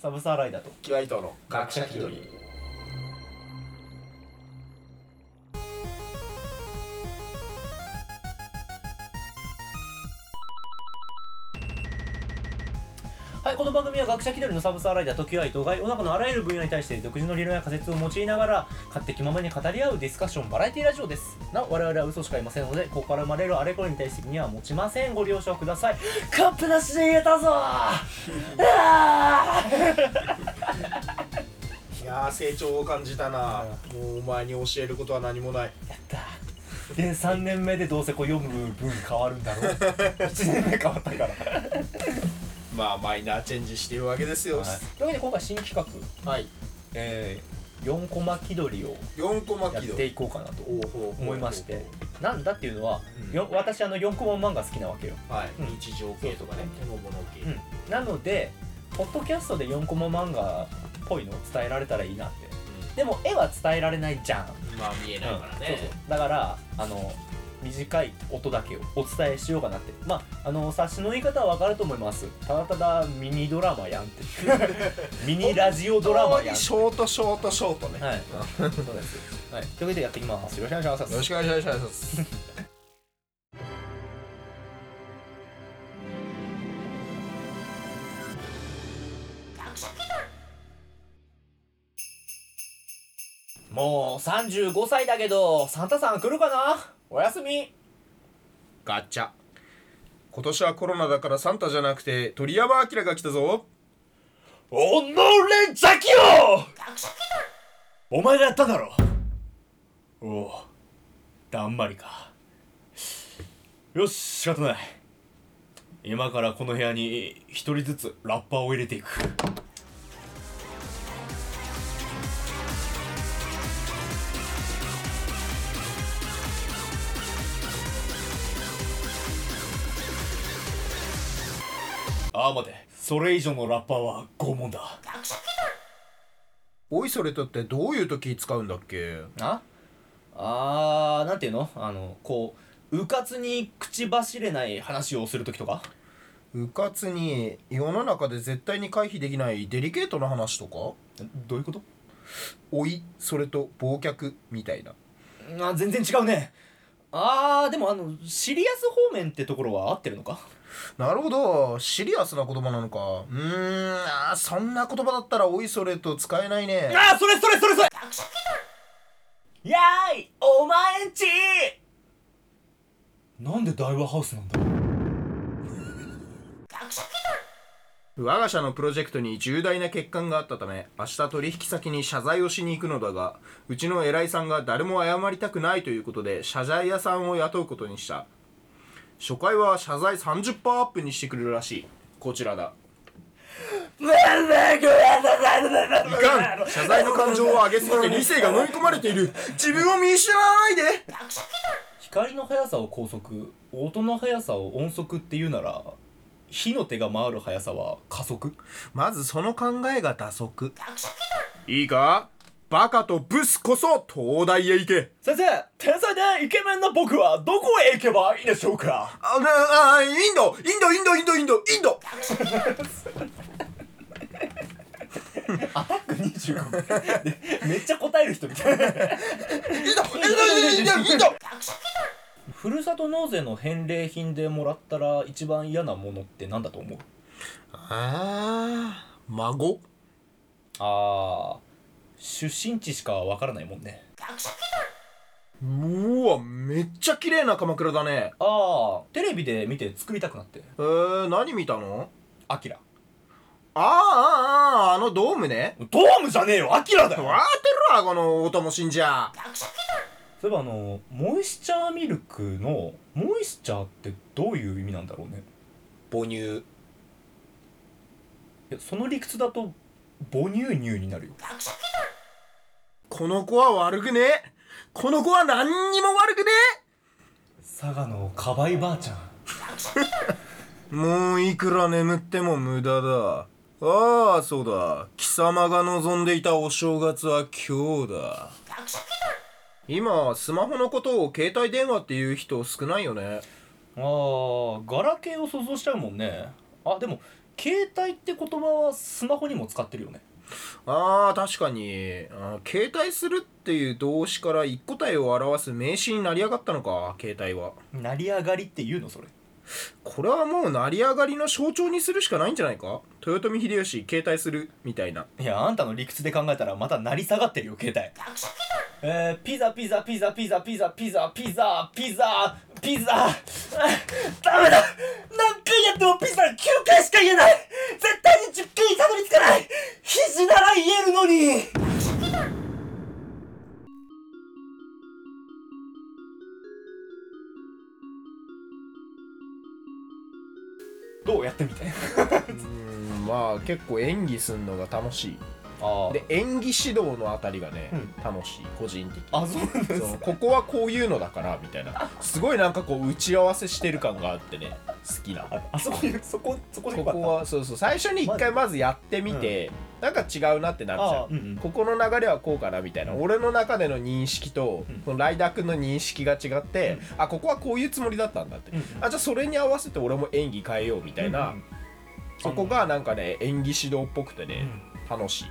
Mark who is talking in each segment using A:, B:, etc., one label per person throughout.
A: サブサーライだと
B: キワイトの学者気取り
A: はい、この番組は学者気取りのサブサーライダー、時は伊藤が世の中のあらゆる分野に対して独自の理論や仮説を用いながら、勝手気ままに語り合うディスカッションバラエティラジオです。なお、我々は嘘しかいませんので、ここから生まれるあれこれに対してには持ちません。ご了承ください。カップなしで言えたぞーあ
B: いやー成長を感じたなもうお前に教えることは何もない
A: ーやったーで、3年目でどうせこう読む分変わるんだ ろう。1年目変わったから。
B: まあマイナーチェンジしているわけですよ
A: はい、というわけで、今回新企画、
B: はい
A: えー、4コマ気取りを
B: 4コマ
A: やっ
B: 軌道
A: ていこうかなと
B: おうほうほうほう
A: 思いましてなんだっていうのは、
B: うん
A: よ私あの4コマ漫画好きなわけよ、
B: はい、
A: うん
B: 日常系とかね手の物系、
A: うん、なのでポッドキャストで4コマ漫画っぽいのを伝えられたらいいなってでも絵は伝えられないじゃん、
B: まあ見えないから
A: うん
B: ね、
A: そうそうだからあの短い音だけをお伝えしようかなってまああの冊子の言い方は分かると思いますただただミニドラマやんって ミニラジオドラマやん
B: ショートショートショートね、
A: はいそうです、はい、というわけでやっていきますよろしくお願いします
B: よろしくお願いします
A: もう35歳だけどサンタさん来るかなおやすみ
B: ガチャ今年はコロナだからサンタじゃなくて鳥山明が来たぞ
A: おのれザキオお前がやっただろおおだんまりかよし仕方ない今からこの部屋に一人ずつラッパーを入れていくああ待てそれ以上のラッパーは拷問だ
B: おいそれとってどういう時使うんだっけ
A: ああーなんていうのあのこううかつに口走れない話をするときとか
B: うかつに世の中で絶対に回避できないデリケートな話とか
A: どういうこと
B: 老いそれと忘却みたいな
A: あ全然違うねあーでもあのシリアス方面ってところは合ってるのか
B: なるほどシリアスな言葉なのかうーんあーそんな言葉だったらおいそれと使えないね
A: あーそれそれそれそれやーいお前んちなんで大和ハウスなんだ
B: 我が社のプロジェクトに重大な欠陥があったため明日取引先に謝罪をしに行くのだがうちの偉いさんが誰も謝りたくないということで謝罪屋さんを雇うことにした初回は謝罪30%アップにしてくれるらしいこちらだいかん謝罪の感情を上げすぎて理性が飲み込まれている自分を見失わないで
A: 光の速さを高速音の速さを音速っていうなら火の手が回る速さは加速
B: まずその考えが打足いいかバカとブスこそ東大へ行け
A: 先生天才でイケメンな僕はどこへ行けばいいでしょうか
B: あああインドインドインドインドインドインド
A: アタック25でめっちゃ答える人みたいな
B: インドインドインドインド
A: ふるさと納税の返礼品でもらったら一番嫌なものって何だと思う
B: ああ孫
A: あー出身地しかわからないもんね
B: うわめっちゃ綺麗な鎌倉だね
A: ああテレビで見て作りたくなって
B: えー、何見たの
A: アキラ
B: あーあーあーあのドームね
A: ドームじゃねえよアキラだ
B: わーて
A: よ
B: るわこのおともしんじゃ
A: そういえばあのモイスチャーミルクのモイスチャーってどういう意味なんだろうね
B: 母乳
A: いやその理屈だと母乳乳になるよ
B: この子は悪くねえこの子は何にも悪くね
A: 佐賀のカバイばあちゃん
B: えもういくら眠っても無駄だああそうだ貴様が望んでいたお正月は今日だ今スマホのことを携帯電話っていう人少ないよね
A: あーガラケーを想像しちゃうもんねあでも携帯って言葉はスマホにも使ってるよね
B: あー確かにあー携帯するっていう動詞から一個体を表す名詞になりやがったのか携帯は
A: 成り上がりって言うのそれ
B: これはもう成り上がりの象徴にするしかないんじゃないか豊臣秀吉携帯するみたいない
A: やあんたの理屈で考えたらまた成り下がってるよ携帯えー、ピザピザピザピザピザピザピザピザピザあダメだ何回やってもピザ9回しか言えない絶対に10回にたどり着かない肘なら言えるのにどうやってみて
B: うんまあ結構演技すんのが楽しい
A: ああ
B: で演技指導のあたりがね、
A: うん
B: 楽しい個人的に
A: あそうなんです
B: そう
A: か
B: ここはこういうのだからみたいなすごいなんかこう打ち合わせしてる感があってね好きな
A: ああそこにそこそこで
B: こ
A: よかった
B: こはそうそう最初に一回まずやってみて、なんか違うなってなるじゃ
A: あ
B: ん
A: あ、うんうん、
B: ここの流れはこうかなみたいな、
A: うん
B: 俺の中での認識と、
A: うん
B: このライダー君の認識が違って、あここはこういうつもりだったんだって、
A: うんうん
B: あじゃあそれに合わせて俺も演技変えようみたいな、
A: うんうん
B: そこがなんかね演技指導っぽくてね、楽しい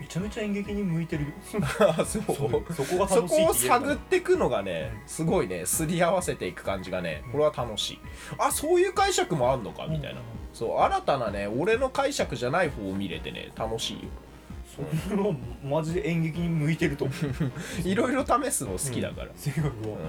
A: めちゃめちゃ演劇に向いてるよ
B: あそう
A: そこが楽し
B: そ
A: い
B: こを
A: って言えるか
B: 探っ
A: ら
B: ていくのがねすごいねすり合わせていく感じがねこれは楽しいあそういう解釈もあんのかみたいな
A: うん
B: そう新たなね俺の解釈じゃない方を見れてね楽しいよ
A: それはマジで演劇に向いてると思う
B: いろいろ試すの好きだから、
A: 性格
B: う
A: は
B: ん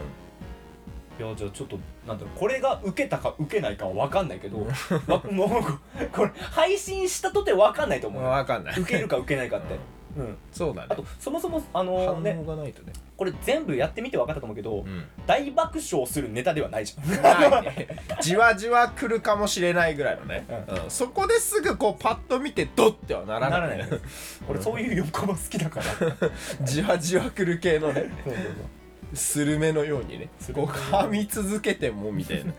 A: いやじゃあちょっとなんだろうこれが受けたか受けないかは分かんないけど、ま、もうここれ配信したとて分かんないと思うよ、
B: 分かんない
A: 受けるか受けないかって、うん
B: そうだ
A: あ
B: ね
A: とそもそもあ
B: 反
A: の
B: 応
A: ね
B: がないとね、
A: これ全部やってみて分かったと思うけど、
B: うん、
A: 大爆笑するネタではないじゃん
B: ないねじわじわ来るかもしれないぐらいのね、
A: う
B: うんそこですぐこうパッと見てドッてはなら
A: な
B: ない
A: らない俺そういう横浜好きだから
B: じわじわ来る系のね
A: そうそうそう
B: スルメのようにね
A: スル
B: こう
A: メ
B: 噛み続けてもみたいな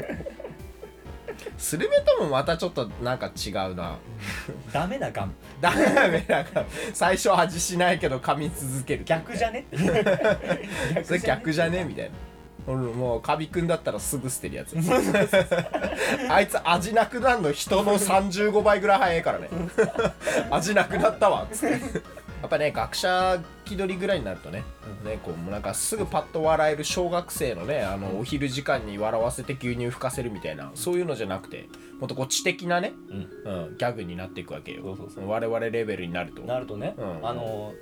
B: スルメともまたちょっとなんか違うな
A: ダメなガム
B: ダメだから最初味しないけど噛み続ける
A: 逆じゃね
B: それ逆じゃねみたいな俺もうカビくんだったらすぐ捨てるや つあいつ味なくなるの人の35倍ぐらい早いからね味なくなったわっつってやっぱね学者気取りぐらいになるとね,、ねこうもうなんかすぐパッと笑える小学生のねあのお昼時間に笑わせて牛乳吹かせるみたいなそういうのじゃなくてもっとこう知的なね、
A: うん
B: うん、ギャグになっていくわけよ
A: そうそうそ
B: 我々レベルになると
A: なるとね、
B: うん
A: あの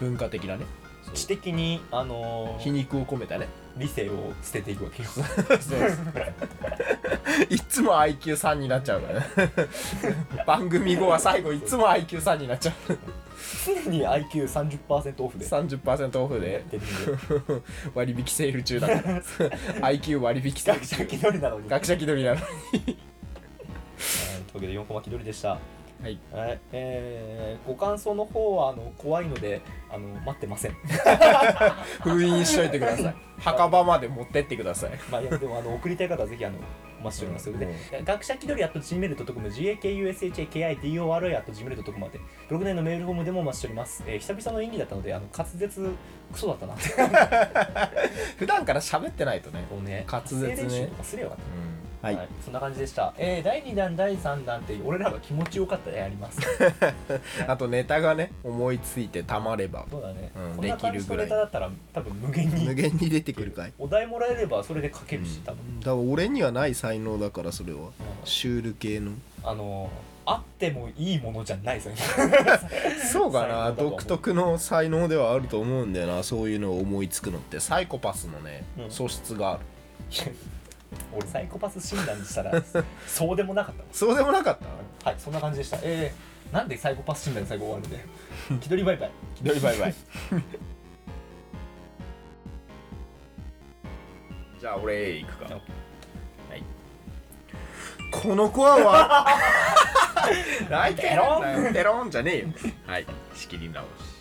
B: 文化的なね
A: 知的にあの
B: 皮肉を込めたね
A: 理性を捨てていくわけよ
B: そうですいつも IQ3 になっちゃうからね番組後は最後いつも IQ3 になっちゃう
A: 常に IQ30% オフで
B: 30%オフで
A: 出てくる
B: 割引セール中だから IQ 割引セー
A: 学
B: ル
A: 者気
B: 中
A: 取りなのに、えー
B: 学者気取りなの
A: というわけで4コマ気取りでした
B: はい
A: はいえーご感想の方はあの怖いのであの待ってません
B: 封印しといてください墓場まで持ってってください
A: まあいやでもあの送りたい方はぜひあのお待ちしておりますので、
B: うん
A: えー学者気取り at gmail.com gakushakidori at gmail.com までブログ内のメールフォームでもお待ちしております、えー久々の演技だったのであの滑舌クソだったなって
B: 普段から喋ってないとね、
A: こうね
B: 滑舌
A: 発
B: ね
A: 声練習とかすればよかった
B: は
A: はいい、そんな感じでした、えー第2弾第3弾って俺らが気持ちよかったでやります
B: あとネタがね思いついてたまれば
A: そうだね、
B: うん
A: こんな感
B: で
A: じ
B: きる
A: の
B: ぐら
A: ネ
B: い
A: タだったら多分無限に
B: 無限に出てくるかい
A: お題もらえればそれで書けるし
B: うん
A: 多分、
B: だから俺にはない才能だからそれは
A: うん
B: シュール系の
A: あのーあってもいいものじゃないですよね
B: そうか
A: 才能
B: な
A: だと思う
B: 独特の才能ではあると思うんだよなそういうのを思いつくのってサイコパスのね、
A: うん
B: 素質がある
A: 俺サイコパス診断したらそうでもなかったわ
B: そうでもなかった
A: はいそんな感じでしたえー、なんでサイコパス診断で最後終わるんだよ気取りバイバイ
B: 気取りバイバイ じゃあ俺行くかはいこの子はわ泣いてるんだよペロンじゃねえよはい仕切り直し